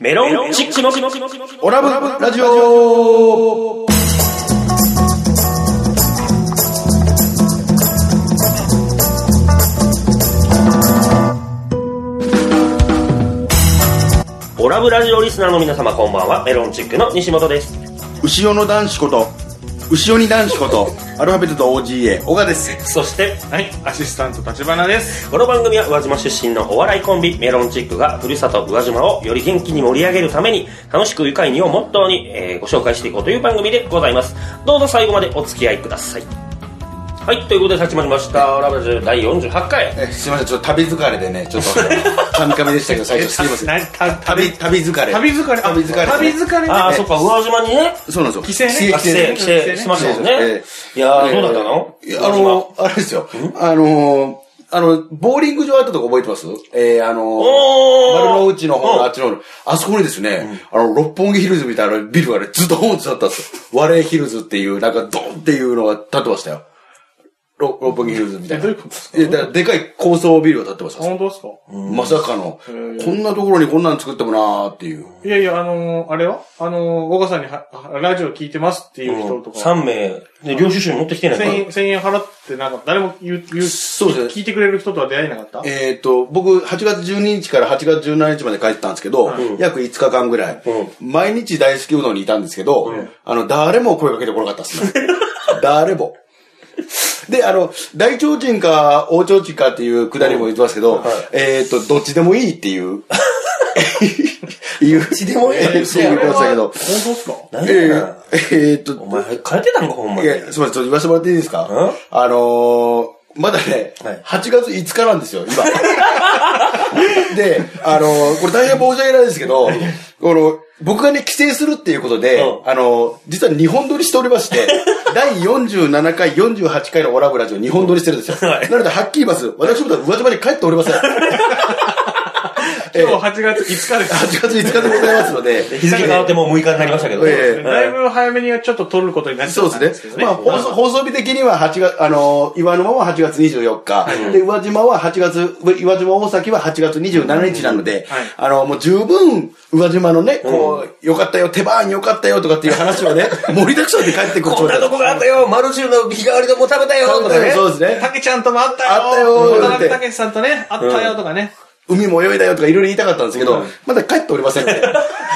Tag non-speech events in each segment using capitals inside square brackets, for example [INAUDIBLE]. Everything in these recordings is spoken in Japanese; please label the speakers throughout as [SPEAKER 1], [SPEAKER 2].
[SPEAKER 1] メロンチックの
[SPEAKER 2] オラブラジオ
[SPEAKER 1] オラブラジオリスナーの皆様こんばんは、メロンチックの西本です。
[SPEAKER 2] 後ろの男子こと後ろに男子ことアルファベットと OGA 小川です
[SPEAKER 1] そして、
[SPEAKER 3] はい、アシスタント立花です。
[SPEAKER 1] この番組は宇和島出身のお笑いコンビ、メロンチックが、ふるさと宇和島をより元気に盛り上げるために、楽しく愉快にをモットーに、えーご紹介していこうという番組でございます。どうぞ最後までお付き合いください。はい、ということで始まりました、オラブラジオ第48回。
[SPEAKER 2] えすいませんちょっと旅疲れでねちょっとカミカミでしたけど最初すいません
[SPEAKER 3] なた
[SPEAKER 2] 旅旅疲れ
[SPEAKER 3] 旅疲れ、あ
[SPEAKER 2] 旅疲れ
[SPEAKER 3] 旅疲れね。
[SPEAKER 1] ああ、そっか、宇和島にね、
[SPEAKER 2] そうなんですよ
[SPEAKER 3] 帰省ね
[SPEAKER 1] 帰省、
[SPEAKER 2] ね
[SPEAKER 1] 帰省しましたもんね
[SPEAKER 2] え。
[SPEAKER 1] いやー、どうだったの
[SPEAKER 2] いやあのあれですよあのあのボーリング場あったとこ覚えてますえー、あの
[SPEAKER 1] おー
[SPEAKER 2] 丸の内の方のあっちの方のあそこにですね、あの、六本木ヒルズみたいなビルがね、ずっとホーンって立ったんですよ。和礼ヒルズっていう、なんかドンっていうのが立ってましたよ。六六本木ヒルズみたいな。
[SPEAKER 3] どういうことですか
[SPEAKER 2] いやだからでかい高層ビルが立ってました。
[SPEAKER 3] 本当ですか
[SPEAKER 2] まさかの、
[SPEAKER 3] ー
[SPEAKER 2] こんなところにこんなの作ってもなーっていう。
[SPEAKER 3] いやいや、あのー、あれはあのー、岡さんにはラジオ聞いてますっていう人とか、
[SPEAKER 1] 3名、で領収書に持ってきてない
[SPEAKER 3] 1000
[SPEAKER 1] から
[SPEAKER 3] 円、1000円払ってなんか、誰も言う、言う、
[SPEAKER 2] そうですね
[SPEAKER 3] 聞いてくれる人とは出会えなかった
[SPEAKER 2] えっ、と、僕、8月12日から8月17日まで帰ってたんですけど、約5日間ぐらい、毎日大好きうどんにいたんですけど、あの、誰も声かけてこなかったです [LAUGHS] ね。誰も。で、あの、大提灯か大提灯かっていうくだりも言ってますけど、えっ、と、 [LAUGHS] どっちでもいいっていう、言う、どっちでもいいそう [LAUGHS] 言ってましたけど
[SPEAKER 3] 本、当ですか
[SPEAKER 1] 何や
[SPEAKER 2] え
[SPEAKER 1] な
[SPEAKER 2] ーえーっと
[SPEAKER 1] お、前、変えてたのか、ほんまに。
[SPEAKER 2] いや、すみません、ちょっと言わせてもらっていいですかあのー、まだね、
[SPEAKER 1] はい
[SPEAKER 2] 8月5日なんです
[SPEAKER 1] [LAUGHS]
[SPEAKER 2] よ、今。で、あのー、これ大変申し訳ないですけど、この、僕がね、帰省するっていうことで、
[SPEAKER 1] うん
[SPEAKER 2] あのー、実は日本撮りしており
[SPEAKER 1] [LAUGHS]
[SPEAKER 2] まして、第47回、48回のオラブラジオ日本撮りしてるんですよ。
[SPEAKER 1] はい
[SPEAKER 2] なので、はっきり言います。私も宇和島に帰っており
[SPEAKER 1] [LAUGHS]
[SPEAKER 2] ません。ええ
[SPEAKER 3] 今日8月
[SPEAKER 2] [LAUGHS]
[SPEAKER 3] 5日です。
[SPEAKER 2] 8月5日でございますので、
[SPEAKER 1] 日付変わってもう6日になりましたけど。
[SPEAKER 2] ええ
[SPEAKER 3] だいぶ早めにはちょっと撮ることになっちゃ
[SPEAKER 2] そう
[SPEAKER 3] ったん
[SPEAKER 2] で
[SPEAKER 3] ですすけ
[SPEAKER 2] ね
[SPEAKER 3] ど。ね。
[SPEAKER 2] まあ、放送放送日的には8月、あのー、岩沼は8月24日、で、宇和島は8月、岩島大崎は8月27日なので、
[SPEAKER 3] はい
[SPEAKER 2] あのー、もう十分、宇和島のね、こう、よかったよ、手番よかったよとかっていう話をね、盛りだくさんで帰ってくる
[SPEAKER 1] こんなとこがあったよ、マルシュの日替わりのも食べたよとかね。
[SPEAKER 2] そうですね。
[SPEAKER 3] たけちゃんともあったよ
[SPEAKER 2] あったよー
[SPEAKER 3] 渡辺たけしさんとね、あったよとかね。
[SPEAKER 2] 海も泳いだよとかいろいろ言いたかったんですけど、まだ帰っておりませんので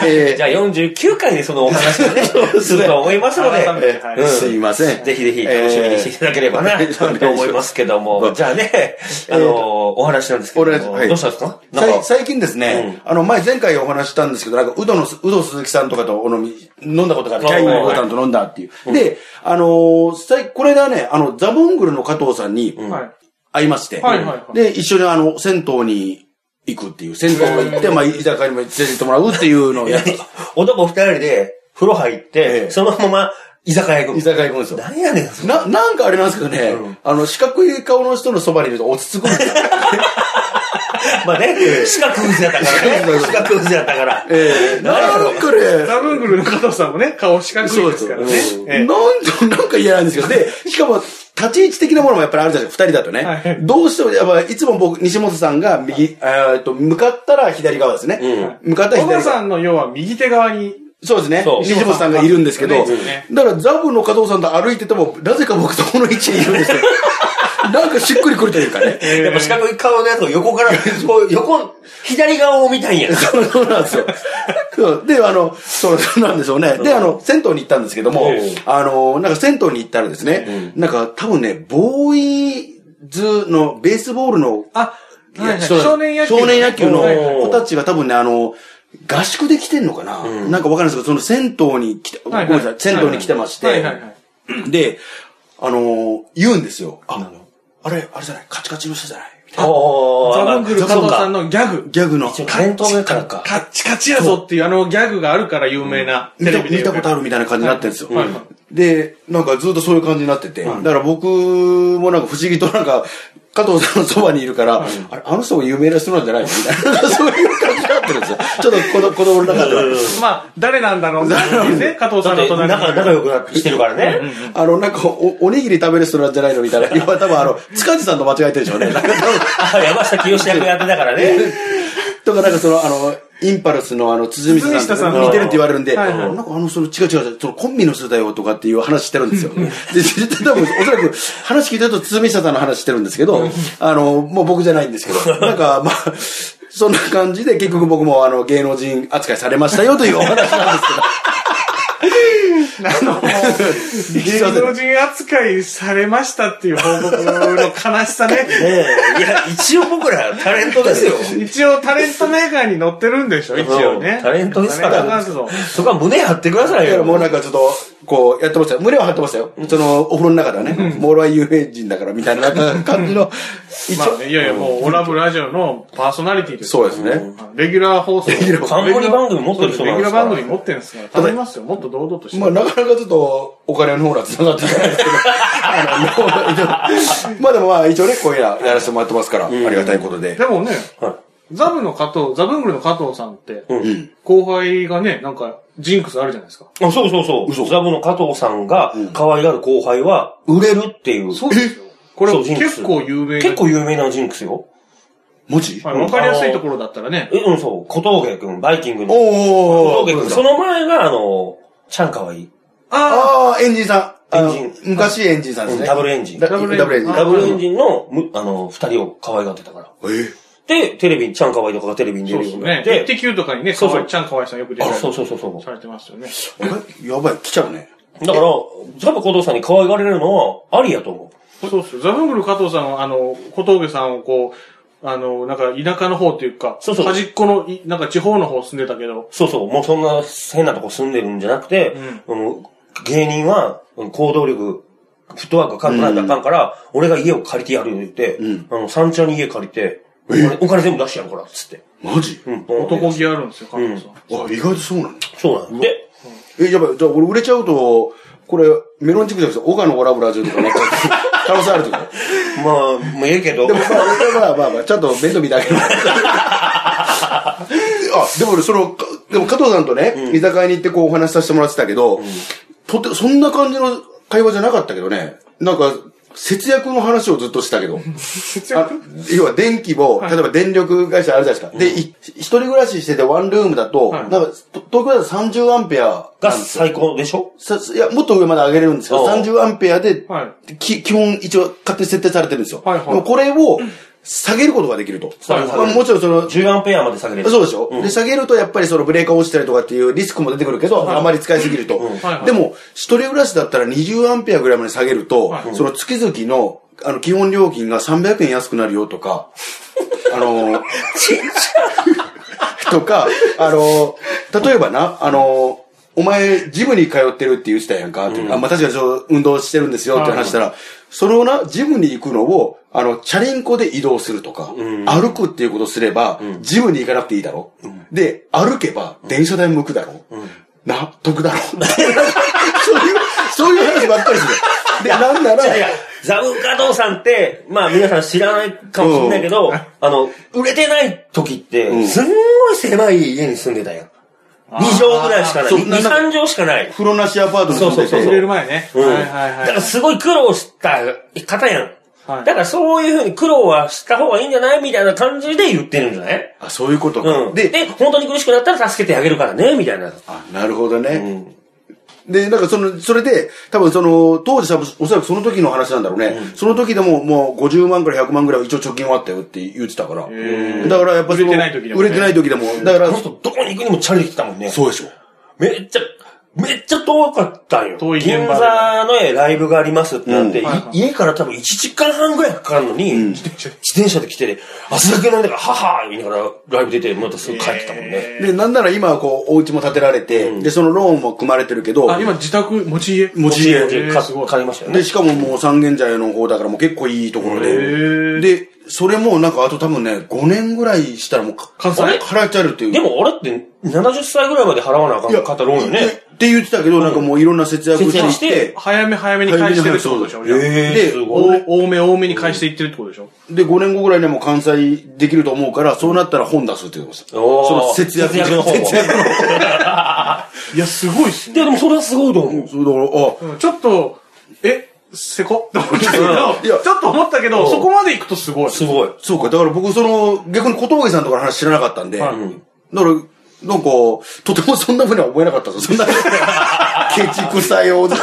[SPEAKER 2] え
[SPEAKER 1] じゃあ49回でそのお話をね、
[SPEAKER 2] [LAUGHS] そうです
[SPEAKER 1] す
[SPEAKER 2] ね
[SPEAKER 1] ると思いますの
[SPEAKER 3] 改め
[SPEAKER 1] で、
[SPEAKER 3] て
[SPEAKER 2] ーえー
[SPEAKER 3] はい
[SPEAKER 2] すいません。
[SPEAKER 1] ぜひぜひ楽しみにしていただければな、
[SPEAKER 2] えー
[SPEAKER 1] と思いますけど
[SPEAKER 2] は
[SPEAKER 1] も。
[SPEAKER 2] い
[SPEAKER 1] じゃあね、あのー、お話なんですけど
[SPEAKER 2] 俺、
[SPEAKER 1] も、
[SPEAKER 2] はい
[SPEAKER 1] どうしたんですかな
[SPEAKER 2] さ
[SPEAKER 1] ん
[SPEAKER 2] い
[SPEAKER 1] か、
[SPEAKER 2] 最近ですね、あの、前、前回お話ししたんですけど、なんか、うどのす、うど鈴木さんとかとお飲み、飲んだことがある。
[SPEAKER 1] あ
[SPEAKER 2] キャイン
[SPEAKER 1] はい
[SPEAKER 2] のボタンと飲んだっていう。で、あのー、さい、これがね、あの、ザボングルの加藤さんに
[SPEAKER 3] はい。
[SPEAKER 2] 会いまして、
[SPEAKER 3] はいはいはい
[SPEAKER 2] で、一緒にあの、銭湯に行くっていう、銭湯に行って、まあ、居酒屋にも連れて行ってもらうっていうのをやって、
[SPEAKER 1] 男二人で風呂入っ
[SPEAKER 2] え
[SPEAKER 1] て、
[SPEAKER 2] え
[SPEAKER 1] そのまま居酒屋行
[SPEAKER 2] [LAUGHS]
[SPEAKER 1] く。
[SPEAKER 2] 居酒屋行くんですよ。
[SPEAKER 1] 何やねん、それ
[SPEAKER 2] な、なんかあれなんですけどね、あの、四角い顔の人のそばにいると落ち着くんですよ。
[SPEAKER 1] まあね、四角くずやったからね。四角くずやったから。
[SPEAKER 2] [LAUGHS] ええ [LAUGHS] なんかね、
[SPEAKER 3] ザブングルの加藤さんもね、顔四角いですからね。え
[SPEAKER 2] なん
[SPEAKER 3] え
[SPEAKER 2] と、なんか嫌なんですけど、
[SPEAKER 3] [LAUGHS]
[SPEAKER 2] で、しかも、立ち位置的なものもやっぱりあるじゃないですか、二人だとね。
[SPEAKER 3] はい
[SPEAKER 2] どうしても、やっぱ、いつも僕、西本さんが右、えーっと、向かったら左側ですね。向かったら
[SPEAKER 3] 小川
[SPEAKER 2] 左側。
[SPEAKER 3] さんの要は右手側に、
[SPEAKER 2] そうですね
[SPEAKER 1] そう。
[SPEAKER 2] 西本さんがいるんですけど、
[SPEAKER 3] そうですね
[SPEAKER 2] だから、ザブの加藤さんと歩いてても、なぜか僕とこの位置にいるんですよ。
[SPEAKER 3] [LAUGHS]
[SPEAKER 2] なんかしっくりくるというかね。
[SPEAKER 1] やっぱ四角い顔のやつを横 [LAUGHS] から、こう横、左側を見た [LAUGHS] いんや。
[SPEAKER 2] そうそうなんですよ。そうで、あの、そうそうなんでしょうね。で、あの、銭湯に行ったんですけども
[SPEAKER 1] ええ、
[SPEAKER 2] あの、なんか銭湯に行ったらですね、なんか多分ね、ボーイズのベースボールの、
[SPEAKER 3] あ、はいはい
[SPEAKER 2] そう
[SPEAKER 3] 少年野球。
[SPEAKER 2] 少年野球の
[SPEAKER 3] はいはい
[SPEAKER 2] 子たちが多分ね、あの、合宿で来てんのかな、なんかわかんないですけど、その銭湯に来て、ごめ
[SPEAKER 3] はい
[SPEAKER 2] んなさい、銭湯に来てまし
[SPEAKER 3] は
[SPEAKER 2] て
[SPEAKER 3] いはいはい、
[SPEAKER 2] で、あの、言うんですよ。あ、あれ、あれじゃない、カチカチの人じゃないみたい
[SPEAKER 1] お
[SPEAKER 3] ザブングル加藤さん
[SPEAKER 1] の。
[SPEAKER 3] のギャグ
[SPEAKER 2] な。ギャグの。
[SPEAKER 1] 一応タレントだからか。
[SPEAKER 3] カッチカチやぞっていうあのギャグがあるから有名な、
[SPEAKER 2] 見
[SPEAKER 3] テ
[SPEAKER 2] た
[SPEAKER 3] レビで
[SPEAKER 2] 見たことあ
[SPEAKER 3] る。
[SPEAKER 2] るみたいな感じになってるんですよ。
[SPEAKER 3] はいはいはい
[SPEAKER 2] で、なんかずっとそういう感じになってて、だから僕もなんか不思議となんか、加藤さんのそばにいるから、あれ、あの人も有名な人なんじゃないのみたいな、 [LAUGHS] そういう感じになってるんですよ。ちょっと子供子供の中では。
[SPEAKER 3] まあ、誰なんだろう
[SPEAKER 2] [LAUGHS]
[SPEAKER 3] っていうね、加藤さ
[SPEAKER 1] だ
[SPEAKER 3] ん
[SPEAKER 1] っ
[SPEAKER 3] の
[SPEAKER 1] て仲
[SPEAKER 3] 隣に。
[SPEAKER 1] 仲良くなってきてるからね。
[SPEAKER 2] あの、なんかお、おにぎり食べる人なんじゃないのみたいな。今多分あの、塚地さんと間違えてるでしょうね。なんか多分
[SPEAKER 1] あ、山下清志役やってたからね。
[SPEAKER 2] [LAUGHS] とか、なんかその、あの、インパルスのあの、辻光さん
[SPEAKER 3] 辻光さん
[SPEAKER 2] と似てるって言われるんで、
[SPEAKER 3] はいはい
[SPEAKER 2] なんかあの、その、違う違う、そのコンビの人だよとかっていう話してるんですよ。で、絶対多分、おそらく、話聞いてると堤下さんの話してるんですけど、あの、もう僕じゃないんですけ
[SPEAKER 3] [LAUGHS]
[SPEAKER 2] ど、なんか、まあ、そんな感じで結局僕もあの、芸能人扱いされましたよというお話
[SPEAKER 3] [LAUGHS]
[SPEAKER 2] なんですけど。[LAUGHS]
[SPEAKER 3] あの、芸能人扱いされましたっていう報告の悲しさ
[SPEAKER 2] [LAUGHS]
[SPEAKER 3] ね。
[SPEAKER 1] [LAUGHS] ええいや、一応僕らタレントですよ。
[SPEAKER 3] 一応タレントメーカーに乗ってるんでしょ一応ね。
[SPEAKER 1] タレントですから
[SPEAKER 3] タレントなんですよ
[SPEAKER 1] そこは胸張ってください
[SPEAKER 2] だから
[SPEAKER 1] よ。
[SPEAKER 2] もうなんかちょっと、こう、やってましたよ。胸を張ってましたよ。その、お風呂の中ではね、もう俺は有名人だからみたいななんか
[SPEAKER 1] [LAUGHS]
[SPEAKER 2] 感じの、一
[SPEAKER 3] まあね、いやいや、もう、オラブラジオのパーソナリティです。
[SPEAKER 2] そうですね。
[SPEAKER 3] レギュラー放送。レギ
[SPEAKER 2] ュラー
[SPEAKER 1] 冠番組持ってる人なんで
[SPEAKER 3] レギ
[SPEAKER 1] す
[SPEAKER 3] ュラー
[SPEAKER 1] から
[SPEAKER 3] 番組持ってるんですから。頼みますよ。もっと堂々として。
[SPEAKER 2] まあ、なかなかちょっと、お金の方が繋がってないです
[SPEAKER 1] [LAUGHS]
[SPEAKER 2] けど、あの、まあでもまあ、一応ね、こういう [LAUGHS] のはやらせてもらってますから、ありがたいことで。
[SPEAKER 3] でもね、
[SPEAKER 1] はい
[SPEAKER 3] ザブの加藤、ザブングルの加藤さんって、
[SPEAKER 1] うん。
[SPEAKER 3] 後輩がね、なんか、ジンクスあるじゃないですか。
[SPEAKER 1] あそうそうそう。
[SPEAKER 2] 嘘
[SPEAKER 1] ザブの加藤さんが可愛がる後輩は売れるっていう。
[SPEAKER 3] そうですよ。これ
[SPEAKER 1] そうジンクス
[SPEAKER 3] 結構有名な
[SPEAKER 1] 結構有名なジンクスよ。
[SPEAKER 2] 文字
[SPEAKER 3] はいわかりやすいところだったらね。
[SPEAKER 1] えうん、そう。小峠くん、バイキングの。小
[SPEAKER 2] おー
[SPEAKER 1] 峠くん。その前が、あの、ちゃんかわいい。
[SPEAKER 3] あ
[SPEAKER 2] ああ、エンジンさん。あの
[SPEAKER 1] エンジ
[SPEAKER 2] 昔エンジンさんです
[SPEAKER 1] うん
[SPEAKER 2] ね。
[SPEAKER 1] ダブルエンジン。
[SPEAKER 2] ダ
[SPEAKER 1] ダ
[SPEAKER 2] ブル
[SPEAKER 3] ダブル
[SPEAKER 2] エ
[SPEAKER 3] エ
[SPEAKER 2] ンジ
[SPEAKER 3] ンジ
[SPEAKER 2] ン
[SPEAKER 3] ン。
[SPEAKER 1] ブルエンジンの、むあの、二人を可愛がってたから。
[SPEAKER 2] え
[SPEAKER 1] で、テレビに、ちゃんかわいいとかがテレビに
[SPEAKER 3] あ
[SPEAKER 1] 出
[SPEAKER 3] そう
[SPEAKER 1] る
[SPEAKER 3] で
[SPEAKER 1] よう
[SPEAKER 3] す
[SPEAKER 1] にな
[SPEAKER 3] ね
[SPEAKER 1] っ。
[SPEAKER 3] イッ
[SPEAKER 1] て。
[SPEAKER 3] テ Q とかにね、
[SPEAKER 1] そうそう
[SPEAKER 3] かわいちゃんかわいさんよく出られ
[SPEAKER 1] そうそうそうそう。
[SPEAKER 3] されてますよね。
[SPEAKER 2] あれやばい、来ちゃうね。
[SPEAKER 1] だから、ザブ小藤さんに可愛がれるのはありやと思う。
[SPEAKER 3] そうっすよ。ザブングル加藤さんは、あの、小峠さんをこう、あの、なんか田舎の方というか、
[SPEAKER 1] そうそう
[SPEAKER 3] 端っこのい、なんか地方の方住んでたけど、
[SPEAKER 1] そうそう、もうそんな変なとこ住んでるんじゃなくて、うん芸人はうん行動力、フットワークが軽くないとあかんから、俺が家を借りてやるって言って、あの、三茶に家借りて、お金お金全部出してやるから、つって。
[SPEAKER 2] マジ
[SPEAKER 1] うん、
[SPEAKER 3] 男気あるんですよ、加藤さん。
[SPEAKER 2] あ、意外とそうなの
[SPEAKER 1] そうなんで、
[SPEAKER 2] え、やばい、じゃあ俺売れちゃうと、これ、メロンチックじゃなくて、岡野オラブラジオとかなっちゃう可能性あるとか。
[SPEAKER 1] まあ、もうええけど
[SPEAKER 2] で、もまあ、まあまあまあ、ちゃんと面倒見てあげる。 [LAUGHS] あ、でも俺、その、かでも加藤さんとね、居酒屋に行ってこうお話しさせてもらってたけど、とって、そんな感じの会話じゃなかったけどね、なんか、節約の話をずっとしてたけ [LAUGHS] ど。あ要は電気も、例えば電力会社あるじゃないですか。で、い一人暮らししててワンルームだと、
[SPEAKER 3] はい
[SPEAKER 2] なんか、と東京だと30アンペア
[SPEAKER 1] が
[SPEAKER 2] なんですよ
[SPEAKER 1] 最高でしょ
[SPEAKER 2] さいや、もっと上まで上げれるんですけど、
[SPEAKER 1] おう
[SPEAKER 2] 30アンペアで、
[SPEAKER 3] は
[SPEAKER 2] き基本一応勝手に設定されてるんですよ。
[SPEAKER 3] はいはい
[SPEAKER 2] でもこれを下げることができると。
[SPEAKER 1] はいはい
[SPEAKER 2] まあもちろんその、
[SPEAKER 1] 10アンペアまで下げれる。
[SPEAKER 2] そうでしょ、で、下げるとやっぱりそのブレーカー落ちたりとかっていうリスクも出てくるけど、あまり使いすぎると。
[SPEAKER 3] はいはい
[SPEAKER 2] でも、一人暮らしだったら20アンペアぐらいまで下げると、
[SPEAKER 3] はい
[SPEAKER 2] その月々の、あの、基本料金が300円安くなるよとか、あの、とか、あの、例えばな、あの、お前、ジムに通ってるって言ってたやんか、ってあまあ、確かにそう運動してるんですよって話したら、それをな、ジムに行くのを、あの、チャリンコで移動するとか、歩くっていうことすれば、ジムに行かなくていいだろ。で、歩けば、電車代向くだろ。な、得だろ。 [LAUGHS] そういう、そういう話ばっかりする。で、なんなら、
[SPEAKER 1] いや、ザブ加藤さんって、まあ皆さん知らないかもしれないけど、あの、売れてない時って、すんごい狭い家に住んでたやん。2畳ぐらいしかない。
[SPEAKER 2] そう
[SPEAKER 1] 2、
[SPEAKER 2] なんか
[SPEAKER 1] 3畳しかない。
[SPEAKER 2] 風呂なしアパートに住んでて、
[SPEAKER 1] そうそう
[SPEAKER 3] い。
[SPEAKER 1] そ
[SPEAKER 3] 売れる前ね。
[SPEAKER 1] うん。
[SPEAKER 3] はい
[SPEAKER 1] だ
[SPEAKER 3] はいはい。
[SPEAKER 1] からすごい苦労した方やん。
[SPEAKER 3] はい
[SPEAKER 1] だからそういうふうに苦労はした方がいいんじゃないみたいな感じで言ってるんじゃない
[SPEAKER 2] あ、そういうことか。
[SPEAKER 1] うん。で、本当に苦しくなったら助けてあげるからね、みたいな。
[SPEAKER 2] あ、なるほどね。で、なんかその、それで、多分その、当時多分おそらくその時の話なんだろうね。その時でももう50万から100万ぐらいは一応貯金はあったよって言ってたから。だからやっぱその
[SPEAKER 3] 売れてない時でも
[SPEAKER 2] 売
[SPEAKER 3] ね
[SPEAKER 2] れてない時でも。だか
[SPEAKER 1] あ
[SPEAKER 2] ら
[SPEAKER 1] の、人、どこに行くにもチャリで来てたもんね。
[SPEAKER 2] そうでしょ。
[SPEAKER 1] めっちゃ、めっちゃ遠かったんよ。
[SPEAKER 3] 遠い現場
[SPEAKER 1] 銀座のねライブがありますってなって、
[SPEAKER 3] うんはいはい
[SPEAKER 1] い家から多分1時間半ぐらいかかるのに、自転車自転車で来て、汗だくなんだから、ははー言いながらライブ出て、またすぐ帰ってたもんね。
[SPEAKER 2] で、なんなら今はこう、お家も建てられて、で、そのローンも組まれてるけど、
[SPEAKER 3] あ、今自宅、持ち家。
[SPEAKER 2] 持ち家
[SPEAKER 1] 持ち家
[SPEAKER 3] えー
[SPEAKER 1] か
[SPEAKER 3] すごい
[SPEAKER 1] 借りましたよね
[SPEAKER 2] で、。しかももう三軒茶屋の方だからもう結構いいところで。
[SPEAKER 3] ー
[SPEAKER 2] で、それもなんかあと多分ね、5年ぐらいしたらもうか、
[SPEAKER 3] 完済
[SPEAKER 2] 払っちゃうっていう。
[SPEAKER 1] でも俺って70歳ぐらいまで払わなあかんかったローンよね。
[SPEAKER 2] って言ってたけど、なんかもういろんな節約を
[SPEAKER 1] 節約し
[SPEAKER 2] してて、
[SPEAKER 3] 早め早めに返してるってことでしょじゃあ
[SPEAKER 1] え
[SPEAKER 2] で、
[SPEAKER 1] すごい。
[SPEAKER 3] お多め多めに返していってるってことでしょ
[SPEAKER 2] で、5年後ぐらいにはもう完済できると思うから、そうなったら本出すって言ってました。
[SPEAKER 1] おー
[SPEAKER 2] その節約
[SPEAKER 1] 節約の方を
[SPEAKER 2] 節約の方。
[SPEAKER 3] いや、すごいっす
[SPEAKER 1] いや、でもそれはすごいと思う。
[SPEAKER 2] そうだから、あ、
[SPEAKER 3] ちょっと、え、せこって思ったけ
[SPEAKER 2] いや
[SPEAKER 3] ど、ちょっと思ったけど、そこまで行くとすごい。
[SPEAKER 1] すごい。
[SPEAKER 2] そうか。だから僕、その、逆に小峠さんとかの話知らなかったんで、だから、なんか、とてもそんなふうには思えなかったぞ。そんな、 [LAUGHS] ケチくさいおじで。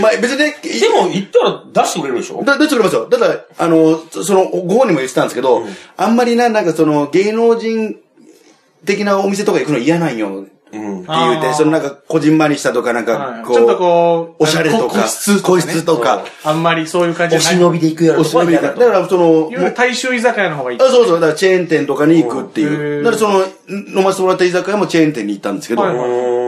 [SPEAKER 2] まあ別にね、
[SPEAKER 1] でも、行ったら出してくれるでしょ
[SPEAKER 2] だ、出してくれますよ。ただから、あの、そその、ご本人も言ってたんですけど、あんまりな、なんかその、芸能人的なお店とか行くの嫌なんよ。って言う
[SPEAKER 3] あー
[SPEAKER 2] て、そのなんか、こじんまりしたとか、なん
[SPEAKER 3] は
[SPEAKER 2] か
[SPEAKER 3] い、
[SPEAKER 2] こう、
[SPEAKER 3] ちょっとこう
[SPEAKER 2] おしゃれとか、
[SPEAKER 3] 個室
[SPEAKER 2] 個室とか、
[SPEAKER 3] あんまりそういう感じじゃない。
[SPEAKER 2] びで行くやろ。お忍びで行く。だから、その、
[SPEAKER 3] いわゆる大衆居酒屋の方がいい。
[SPEAKER 2] あそうそう、だからチェーン店とかに行くって
[SPEAKER 3] う
[SPEAKER 2] い
[SPEAKER 3] ん
[SPEAKER 2] う。だからその、飲ませてもらった居酒屋もチェーン店に行ったんですけど、
[SPEAKER 3] はいはいう
[SPEAKER 1] ーん。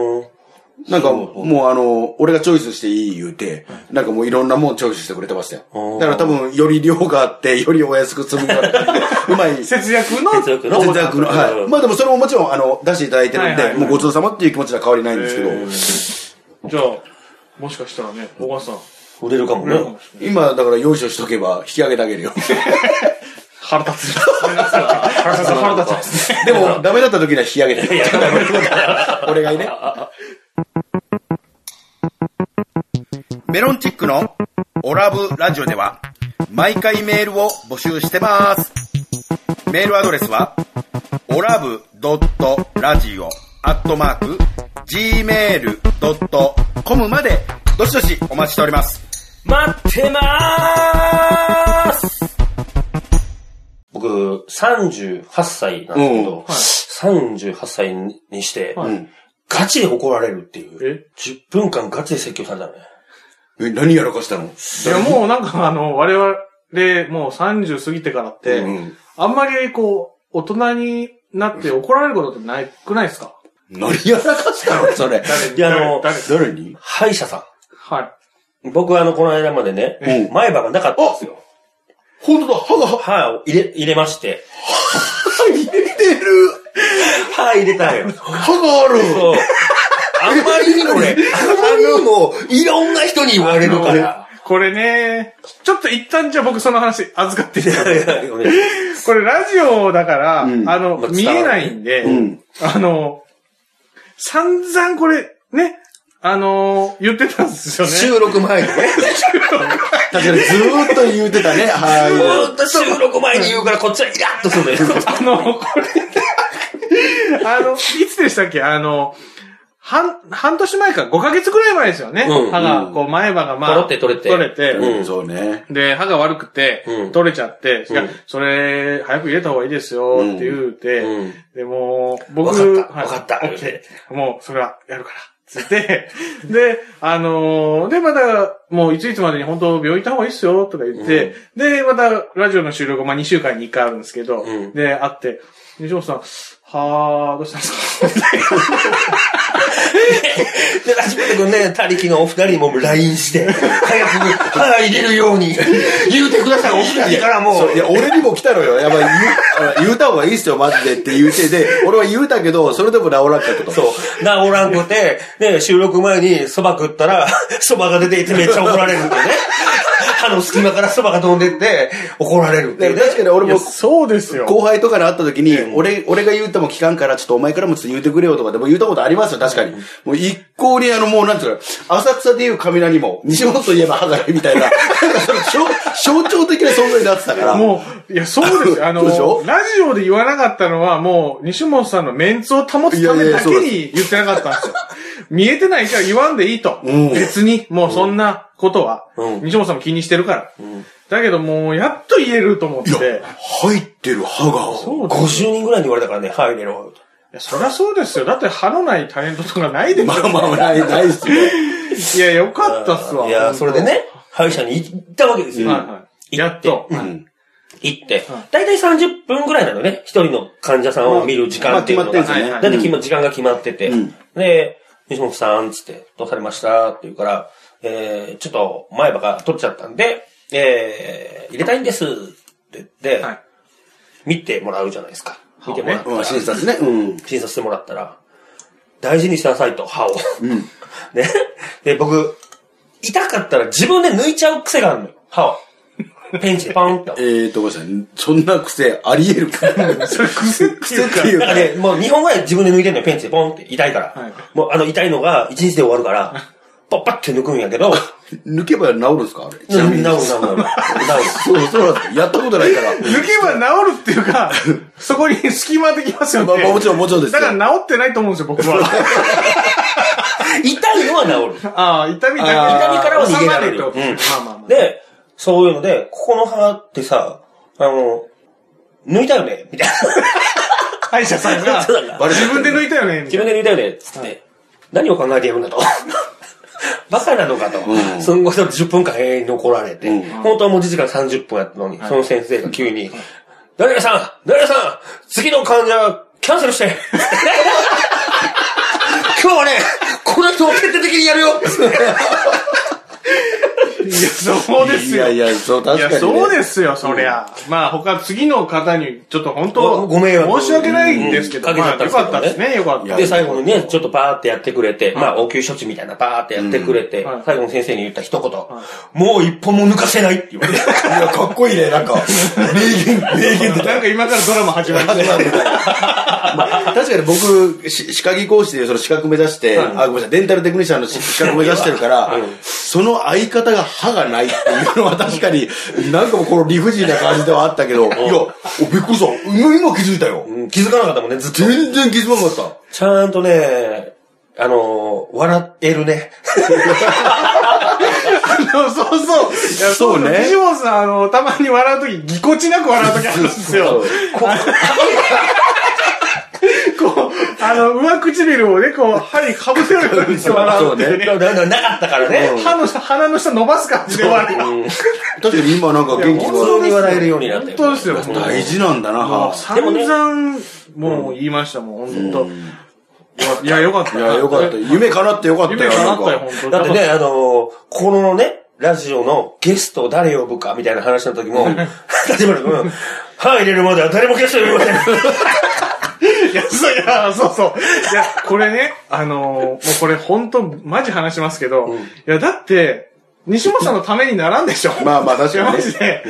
[SPEAKER 2] なんかもうあの、俺がチョイスしていい言うて、なんかもういろんなもんチョイスしてくれてましたよ。だから多分、より量があって、よりお安く済むから、 [LAUGHS] うまい。
[SPEAKER 3] 節約の。
[SPEAKER 1] 節約の
[SPEAKER 2] 節約の、は
[SPEAKER 1] う
[SPEAKER 2] い。
[SPEAKER 1] ん
[SPEAKER 2] まあでもそれももちろん、あの、出していただいてるん
[SPEAKER 3] はいは
[SPEAKER 2] で、
[SPEAKER 3] い
[SPEAKER 2] もうごちそうさまっていう気持ちは変わりないんですけど、
[SPEAKER 3] じゃあ、もしかしたらね、小川さん、
[SPEAKER 1] 売れるかもね。
[SPEAKER 2] 今だから用意書しとけば引き上げてあげるよ。
[SPEAKER 3] 腹立つ。腹立つ。腹立つ。腹立つ。
[SPEAKER 2] でも、ダメだった時には引き上げて。 [LAUGHS] 俺がいね。メロンチックのオラブラジオでは、毎回メールを募集してます。メールアドレスは、オラブドットラジオアットマーク、gmail.com まで、どしどしお待ちしております。
[SPEAKER 1] 待ってまーす僕、38歳なんですけど、
[SPEAKER 2] うん
[SPEAKER 1] 38歳にして、
[SPEAKER 3] はい
[SPEAKER 2] ん
[SPEAKER 1] ガチで怒られるっていう。
[SPEAKER 3] え
[SPEAKER 1] 10分間ガチで説教されたのね。
[SPEAKER 2] え、何やらかしたの
[SPEAKER 3] いや、もうなんかあの、我々、もう30過ぎてからって、
[SPEAKER 2] うん
[SPEAKER 3] あんまりこう、大人になって怒られることってない、くないですか
[SPEAKER 2] 何やらかしたのそれ。
[SPEAKER 3] 誰
[SPEAKER 1] いやあの
[SPEAKER 3] 誰誰
[SPEAKER 2] 誰に
[SPEAKER 1] 歯医者さ
[SPEAKER 3] はい。
[SPEAKER 1] ん。僕はあの、この間までね、
[SPEAKER 2] うん
[SPEAKER 1] 前歯がなかったんですよ。
[SPEAKER 2] 本当だ、歯が、
[SPEAKER 1] 歯を入れ、入れまして。
[SPEAKER 2] 歯入れてる
[SPEAKER 1] 歯入れたんよ。
[SPEAKER 2] 歯がある
[SPEAKER 1] そう。あんまりにもね、
[SPEAKER 2] あの、いろんな人に言われるから。
[SPEAKER 3] これね、ちょっと一旦じゃあ僕その話預かっていいですか
[SPEAKER 1] う
[SPEAKER 3] これラジオだから、
[SPEAKER 2] うん
[SPEAKER 3] あの、
[SPEAKER 1] まあ
[SPEAKER 3] 見えないんで、
[SPEAKER 2] うん
[SPEAKER 3] あの、散々これ、ね、あの言ってたんですよね。
[SPEAKER 2] 収録前にね。確かにずーっと言うてたね。は
[SPEAKER 1] ーんと収録前に言うからこっちはイラッとするのよ。
[SPEAKER 3] あの、これ、あの、いつでしたっけあの、半、半年前か、5ヶ月くらい前ですよね。
[SPEAKER 1] うん
[SPEAKER 3] 歯が、こう、前歯がまあ、
[SPEAKER 1] ポロって取れて
[SPEAKER 3] 取れて、
[SPEAKER 2] い。
[SPEAKER 1] うん
[SPEAKER 2] そうね。
[SPEAKER 3] で、歯が悪くて、
[SPEAKER 1] うん
[SPEAKER 3] 取れちゃって、
[SPEAKER 1] うん
[SPEAKER 3] いや、それ、早く入れた方がいいですよ、って言うて、
[SPEAKER 1] うん
[SPEAKER 3] で、もう、
[SPEAKER 1] わか
[SPEAKER 3] 僕、
[SPEAKER 1] った、
[SPEAKER 3] はい
[SPEAKER 1] わかった。
[SPEAKER 3] オッケーもう、それは、やるから、つ
[SPEAKER 1] [LAUGHS]
[SPEAKER 3] って、で、あのーで、また、もう、いついつまでに本当、病院行った方がいいっすよ、とか言って、で、また、ラジオの収録、まあ、2週間に1回あるんですけど、
[SPEAKER 1] うん
[SPEAKER 3] で、会って、西本さん、はー、どうしたんですか [LAUGHS]
[SPEAKER 1] で、ラジコ君ね、他力のお二人にも LINE して、早く歯入れるように言うてください、お二人からも
[SPEAKER 2] そうう。いや、俺にも来たのよ。やばい、言うあの言うた方がいいっすよ、マジでって言うてで、俺は言うたけど、それでも治らんかったと。
[SPEAKER 1] そう。治らんくて、で、収録前に蕎麦食ったら、 [LAUGHS] 蕎麦が出ていてめっちゃ怒られるんでね。 [LAUGHS] 歯の隙間から蕎麦が飛んでって、怒られるってい
[SPEAKER 2] で
[SPEAKER 1] うね。
[SPEAKER 2] 確かに俺も、
[SPEAKER 3] そうですよ。
[SPEAKER 2] 後輩とかに会った時に、俺、俺が言うても聞かんから、ちょっとお前からもちょっと言うてくれよとかでも言うたことありますよ、確かに。もう一向にあの、もうなんていうか、浅草でいう雷にも、西本といえば歯がゆいみたいな、なんかその象象徴的な存在になってたから。
[SPEAKER 3] もう、いや、そうです
[SPEAKER 2] [LAUGHS]
[SPEAKER 3] よ。あの、
[SPEAKER 2] そうでしょ
[SPEAKER 3] ラジオで言わなかったのは、もう、西本さんのメンツを保つためだけに言ってなかったんですよ。 [LAUGHS] 見えてないから言わんでいいと。
[SPEAKER 2] うん
[SPEAKER 3] 別に、もうそんなことは、
[SPEAKER 1] うん
[SPEAKER 3] 西本さんも気にしてるから。だけど、もう、やっと言えると思って。いや、
[SPEAKER 2] 入ってる歯が。
[SPEAKER 3] そうです
[SPEAKER 1] 50人ぐらいに言われたからね、歯入れろ。
[SPEAKER 3] いやそりゃそうですよ。だって、歯のないタレントとかないですよ。
[SPEAKER 2] まあまあ、ない、ないっすよ。
[SPEAKER 3] いや、よかったっすわ。
[SPEAKER 1] いや、それでね、歯医者に行ったわけです
[SPEAKER 3] うん。
[SPEAKER 1] よ。
[SPEAKER 3] はいはい。やっと。
[SPEAKER 2] う
[SPEAKER 3] はい
[SPEAKER 2] ん。
[SPEAKER 1] 行って、だいたい30分ぐらいなのね、一人の患者さんを見る時間っていうのが。
[SPEAKER 2] まあ決まって
[SPEAKER 3] るんですよね
[SPEAKER 1] だって決ま時間が決まってて、
[SPEAKER 2] うん
[SPEAKER 1] で、西本さん、つって、どうされましたって言うから、えー、ちょっと前歯が取っちゃったんで、えー、入れたいんですって言って、
[SPEAKER 2] [LAUGHS]
[SPEAKER 3] はい。
[SPEAKER 1] 見てもらうじゃないですか。
[SPEAKER 3] 歯
[SPEAKER 1] 見て
[SPEAKER 3] をね
[SPEAKER 1] もらった
[SPEAKER 2] うん、
[SPEAKER 1] ら、
[SPEAKER 2] 診察ね。うん。
[SPEAKER 1] 診察してもらったら、大事にしなさいと、歯を。
[SPEAKER 2] うん。
[SPEAKER 1] [LAUGHS] ね。で、僕、痛かったら自分で抜いちゃう癖があるのよ、歯を。ペンチでパンって。
[SPEAKER 2] えーと、ごめんなさい。そんな癖あり得るか
[SPEAKER 3] それ、癖って
[SPEAKER 2] 癖
[SPEAKER 3] い
[SPEAKER 2] っ
[SPEAKER 3] うか
[SPEAKER 2] ていう
[SPEAKER 1] なんか
[SPEAKER 2] か。
[SPEAKER 1] ね、もう2本ぐらい自分で抜いてんのよ、ペンチでポンって。痛いから。
[SPEAKER 3] はい
[SPEAKER 1] もうあの痛いのが1日で終わるから、パッパって抜くんやけど、
[SPEAKER 2] 抜けば治るんですかあれ。
[SPEAKER 1] 治る治る治る。治る。
[SPEAKER 2] そう、そうなんです。やったことないから。
[SPEAKER 3] 抜けば治るっていうか、そこに隙間できますよね。
[SPEAKER 2] まあまあもちろんもちろんですよ
[SPEAKER 3] だから治ってないと思うんですよ、僕は。
[SPEAKER 1] 痛いのは治る。
[SPEAKER 3] ああ、痛みだけ
[SPEAKER 2] あー痛み
[SPEAKER 1] からは逃げられる
[SPEAKER 3] 収まと
[SPEAKER 1] うん
[SPEAKER 3] まあまあまあ。
[SPEAKER 1] で、そういうので、ここの歯ってさ、あの、抜いたよねみたい
[SPEAKER 3] 歯医者さん
[SPEAKER 1] な。
[SPEAKER 3] が、
[SPEAKER 1] そうだな
[SPEAKER 2] バレちゃ
[SPEAKER 3] 自
[SPEAKER 2] ってる
[SPEAKER 3] 分で抜いたよね、みた
[SPEAKER 1] 自
[SPEAKER 3] いな。
[SPEAKER 1] 分で抜いたよねつって、何を考えてやるんだと。 [LAUGHS] バカなのかと。
[SPEAKER 2] うん
[SPEAKER 1] その後10分間永遠に怒られて、
[SPEAKER 2] うん
[SPEAKER 1] 本当は持ち時間30分やったのに、その先生が急に、誰々さん誰々さん次の患者、キャンセルして
[SPEAKER 3] [LAUGHS]
[SPEAKER 1] 今日はね、この人を徹底的にやるよ
[SPEAKER 3] いや、そうですよ。
[SPEAKER 2] いやいや、そう、確
[SPEAKER 3] い
[SPEAKER 2] か
[SPEAKER 3] や、
[SPEAKER 2] に、ね。
[SPEAKER 3] そうですよ、そりゃ。まあ、他、次の方に、ちょっと本当、
[SPEAKER 1] ごご迷惑
[SPEAKER 3] 申し訳ないんですけど、
[SPEAKER 1] うんかけち
[SPEAKER 3] ま
[SPEAKER 1] ゃ
[SPEAKER 3] あ、
[SPEAKER 1] ったん
[SPEAKER 3] よ
[SPEAKER 1] ですけどね
[SPEAKER 3] かったですね、よかった。
[SPEAKER 1] で、最後にね、ちょっとパーってやってくれて、まあ、応急処置みたいなパーってやってくれて、
[SPEAKER 3] うんはい
[SPEAKER 1] 最後の先生に言った一言、もう一本も抜かせないって言われて。
[SPEAKER 2] いや、かっこいいね、なんか。名言、名言
[SPEAKER 3] な
[SPEAKER 2] で。
[SPEAKER 3] んか今からドラマ始ま
[SPEAKER 2] [LAUGHS]
[SPEAKER 3] るんで。
[SPEAKER 2] まあ、確かに僕、し歯科技講師でその資格目指して、あ、ごめんなさい、デンタルテクニシャンの資資格目指してるから、その相方が歯がないっていうのは確かに、なんかもうこの理不尽な感じではあったけど、いや、おびっくりした。今今気づいたよ。
[SPEAKER 1] うん気づかなかったもんね、ずっと。
[SPEAKER 2] 全然気づかなかっ
[SPEAKER 1] ちゃんとね、あのー笑えるね。
[SPEAKER 3] そう [LAUGHS] そうそう。いやそう
[SPEAKER 2] そうね
[SPEAKER 3] ね。ジモンさん、あの、たまに笑うとき、ぎこちなく笑うときあるんですよ。こう、あの、上唇をね、こう、歯にかぶせるようにして笑うっ
[SPEAKER 1] [LAUGHS]
[SPEAKER 3] ていうね。
[SPEAKER 1] なななかったからね。
[SPEAKER 3] 歯の下、鼻の下伸ばす感じで笑う。
[SPEAKER 2] た。確かに今なんか元気
[SPEAKER 1] 普
[SPEAKER 2] が
[SPEAKER 1] 通に笑えるようになった
[SPEAKER 3] 本当ですよ。
[SPEAKER 2] 大事なんだな、
[SPEAKER 3] も
[SPEAKER 2] 歯。
[SPEAKER 3] う散々、もう言いましたもん、本当。いや、よかった。
[SPEAKER 2] いや、よかった。夢叶ってよかったよ。
[SPEAKER 3] 夢叶ったよ、
[SPEAKER 2] なんか
[SPEAKER 3] 本当
[SPEAKER 1] だってね、あのーこのね、ラジオのゲストを誰呼ぶかみたいな話の時も、立花君、 [LAUGHS] 歯入れるまでは誰もゲスト呼びません。
[SPEAKER 3] いや、そう、いや、そうそう。いや、これね、あのーもうこれ本当マジ話しますけど、いや、だって、西本さんのためにならんでしょ。
[SPEAKER 2] まあまあ確かにね
[SPEAKER 3] いやマジで。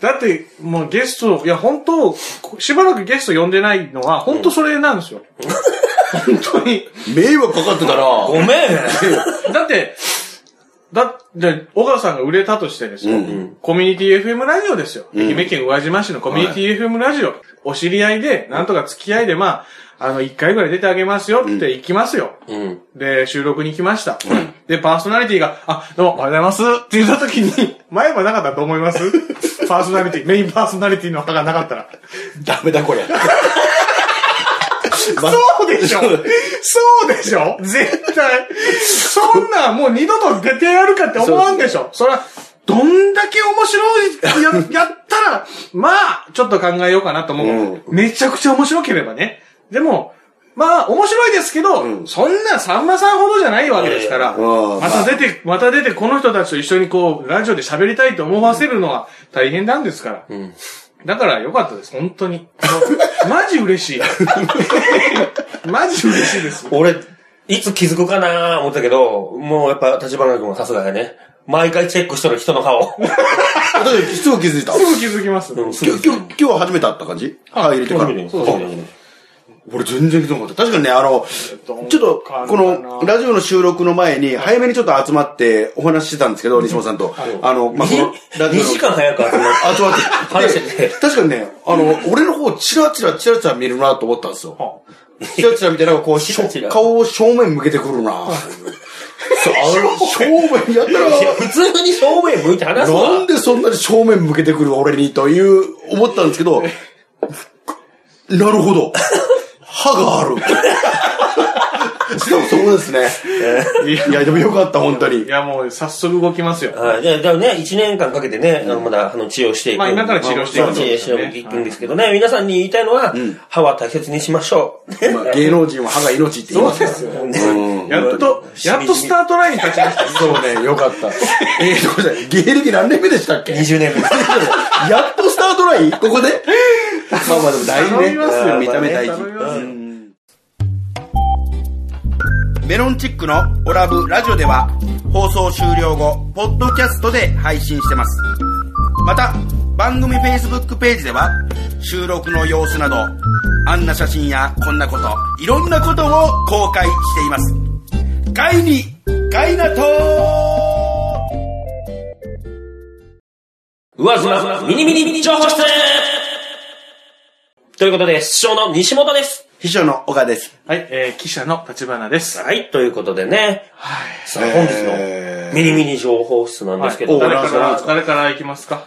[SPEAKER 3] だって、もうゲスト、いや、本当こしばらくゲスト呼んでないのは、本当それなんですよ。本当に。
[SPEAKER 2] 迷惑かかってたな
[SPEAKER 1] [LAUGHS] ご。 [LAUGHS] めん。
[SPEAKER 3] [LAUGHS] だって、だ、じゃあ小川さんが売れたとしてですよ。
[SPEAKER 2] うんう
[SPEAKER 3] コミュニティ FM ラジオですよ。愛媛県宇和島市のコミュニティ FM ラジオ。お知り合いで、なんとか付き合いで、まあ、あの、一回ぐらい出てあげますよって行きますよ。
[SPEAKER 1] うん。
[SPEAKER 3] で、収録に来ました。で、パーソナリティが、あ、どうも、おはようございますって言った時に、前はなかったと思います
[SPEAKER 2] [LAUGHS]
[SPEAKER 3] パーソナリティ、メインパーソナリティの歯がなかったら。
[SPEAKER 2] ダメだこれ。
[SPEAKER 3] そうでしょそうでしょ絶対。そんなんもう二度と出てやるかって思わんでしょそら、どんだけ面白いや [LAUGHS] やったら、まあ、ちょっと考えようかなと思う。めちゃくちゃ面白ければね。でも、まあ、面白いですけど、
[SPEAKER 2] うん
[SPEAKER 3] そんなさんまさんほどじゃないわけですから、
[SPEAKER 2] うん
[SPEAKER 3] また出て、また出て、この人たちと一緒にこう、ラジオで喋りたいと思わせるのは大変なんですから。だから良かったです、本当に。 [LAUGHS] マジ嬉しい。 [LAUGHS] マジ嬉し
[SPEAKER 2] [LAUGHS]
[SPEAKER 3] いです。
[SPEAKER 1] 俺、いつ気づくかなー思ったけど、もうやっぱ立花君はさすがやね。毎回チェックしとる人の顔。
[SPEAKER 2] だってすぐ気づいた。
[SPEAKER 3] すぐ気づきます。
[SPEAKER 1] うんす
[SPEAKER 2] 今
[SPEAKER 1] ぐ
[SPEAKER 2] 日、今日、今日初めて会った感じ歯入れてから。
[SPEAKER 1] そうそうそう
[SPEAKER 2] 俺全然気づかなかった。確かにね、あの、ちょっと、この、ラジオの収録の前に、早めにちょっと集まってお話ししてたんですけど、西本さんと。あの、まあ、この、ラジ
[SPEAKER 1] 2
[SPEAKER 2] オの
[SPEAKER 1] 時間早く集まった。
[SPEAKER 2] 集まって。
[SPEAKER 1] 話してて
[SPEAKER 2] で確かにね、あの、俺の方、チラチラ、チラチラ見るなと思ったんですよ。チラチラ見て、なんかこう、しょ
[SPEAKER 1] チラチラ
[SPEAKER 2] 顔を正面向けてくるなそう、あの、正面やったら
[SPEAKER 1] いや、 [LAUGHS] 普通に正面向いて話すわ。
[SPEAKER 2] なんでそんなに正面向けてくる俺にという思ったんですけど、なるほど。歯がある。しかもそうですね。いや、でもよかった、本当に
[SPEAKER 3] い。や、もう早速動きますよ。
[SPEAKER 1] はい。じゃあ、じゃあね、1年間かけてね、あのまだ、あの、治療していく。
[SPEAKER 3] まあ今から治療していく
[SPEAKER 1] まあ治療していくんですけどね、皆さんに言いたいのは、歯は大切にしましょう。
[SPEAKER 2] まあ芸能人は歯が命って言いますから。
[SPEAKER 3] よ。
[SPEAKER 2] うん
[SPEAKER 3] やっと、やっとスタートラインに立ちました。
[SPEAKER 2] そうね、よかった。えー、ごめんなさい。芸歴何年目でしたっけ
[SPEAKER 1] 20年目。 [LAUGHS]
[SPEAKER 2] やっとスタートラインここでまあまあでも大事
[SPEAKER 3] 頼みますよ
[SPEAKER 2] ね。見た目大事。
[SPEAKER 3] 頼みますよ
[SPEAKER 2] メロンチックのオラブラジオでは放送終了後、ポッドキャストで配信してます。また、番組 Facebook ページでは収録の様子など、あんな写真やこんなこと、いろんなことを公開しています。外にガイナトー
[SPEAKER 1] 上妻ミニミニ情報室ということで、師匠の西本です。
[SPEAKER 2] 秘書の岡です。
[SPEAKER 3] はい、えー、記者の立花です。
[SPEAKER 1] はい、ということでね。はい。さあ、本日の
[SPEAKER 2] え
[SPEAKER 1] ミニミニ情報室なんですけど、
[SPEAKER 2] はい
[SPEAKER 3] 誰
[SPEAKER 2] お
[SPEAKER 3] か
[SPEAKER 2] ーなん
[SPEAKER 3] ら
[SPEAKER 2] す、か
[SPEAKER 3] 誰から行きますか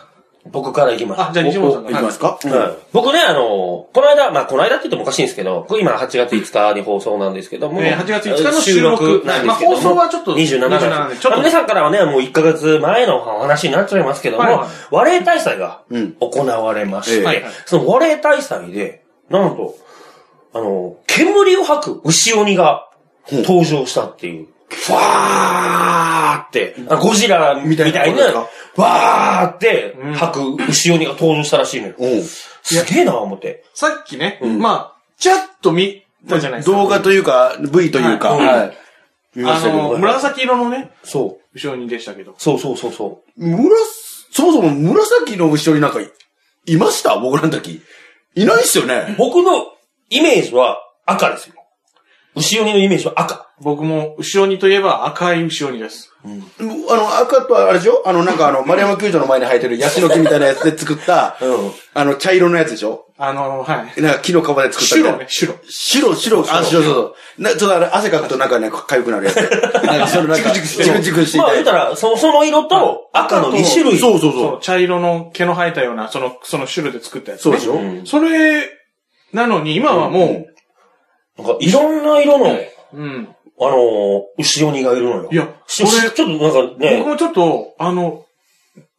[SPEAKER 1] 僕からいきます。
[SPEAKER 3] あ、じゃあ西本さ
[SPEAKER 2] ー、
[SPEAKER 3] んか
[SPEAKER 2] いき
[SPEAKER 3] ら。
[SPEAKER 2] ますか、
[SPEAKER 1] はい僕ね、あの、この間、まあ、この間って言ってもおかしいんですけど、僕今8月5日に放送なんですけども、
[SPEAKER 3] えー8月5日の収録
[SPEAKER 1] なんですけども、
[SPEAKER 3] まあ放送はちょっと
[SPEAKER 1] 27なんです
[SPEAKER 3] 27ですちょっと
[SPEAKER 1] まあ皆さんからはね、もう1ヶ月前のお話になっちゃいますけども、
[SPEAKER 3] はいはい
[SPEAKER 1] 和礼大祭が
[SPEAKER 2] うん
[SPEAKER 1] 行われまして、
[SPEAKER 2] ええ
[SPEAKER 3] はいはい
[SPEAKER 1] その和礼大祭で、なんと、あの、煙を吐く牛鬼が登場したっていう。ファーって、あゴジラみたいな、
[SPEAKER 2] みたいなことです
[SPEAKER 1] わーって吐く牛鬼が登場したらしいのよ。
[SPEAKER 2] うん。
[SPEAKER 1] すげえな、思って。
[SPEAKER 3] さっきね、まあ、ちゃっと見たじゃないですか。
[SPEAKER 2] 動画というか、V というか、
[SPEAKER 1] はい
[SPEAKER 2] はい見ま
[SPEAKER 3] あ
[SPEAKER 2] したけ
[SPEAKER 3] の、
[SPEAKER 2] ど。
[SPEAKER 3] 紫色のね、
[SPEAKER 1] そう。
[SPEAKER 3] 後ろにでしたけど。
[SPEAKER 1] そうそうそうそ
[SPEAKER 2] むら、そもそも紫の後ろになんかい、いました僕らの時。いないっすよ
[SPEAKER 1] う。
[SPEAKER 2] ね。
[SPEAKER 1] 僕のイメージは赤ですよ。牛鬼のイメージは赤。
[SPEAKER 3] 僕も、後ろにといえば赤い後ろにです。
[SPEAKER 2] あの、赤とあれでしょあの、なんかあの、丸山球場の前に生えてるヤシの木みたいなやつで作った、
[SPEAKER 1] うん
[SPEAKER 2] あの、茶色のやつでしょ
[SPEAKER 3] あの、はい。
[SPEAKER 2] なんか木の皮で作ったみたい
[SPEAKER 3] 白
[SPEAKER 2] な
[SPEAKER 3] ね、。白。
[SPEAKER 2] 白、白、あ、白、そうそう。な、ちょっとあれ、汗かくとなんかね、かゆくなるやつ。なんかそれなんか、チク
[SPEAKER 3] して
[SPEAKER 2] チクしてい
[SPEAKER 1] まあ言った
[SPEAKER 2] て。
[SPEAKER 1] ら、そのその色と赤の2種類。
[SPEAKER 2] そうそう
[SPEAKER 3] そう
[SPEAKER 2] そ、
[SPEAKER 3] 茶色の毛の生えたような、その、その白で作ったや
[SPEAKER 2] う。
[SPEAKER 3] つ、
[SPEAKER 2] そう
[SPEAKER 3] ね。
[SPEAKER 2] でしょ
[SPEAKER 1] うん
[SPEAKER 3] それ、なのに、今はも
[SPEAKER 1] なんかいろんな色の、あ
[SPEAKER 3] う、うん。
[SPEAKER 1] のー、牛鬼がいるのよ。
[SPEAKER 3] いや
[SPEAKER 1] しし
[SPEAKER 3] これ
[SPEAKER 1] ちょっとなんか
[SPEAKER 3] 僕
[SPEAKER 1] ね、
[SPEAKER 3] もちょっと、あの、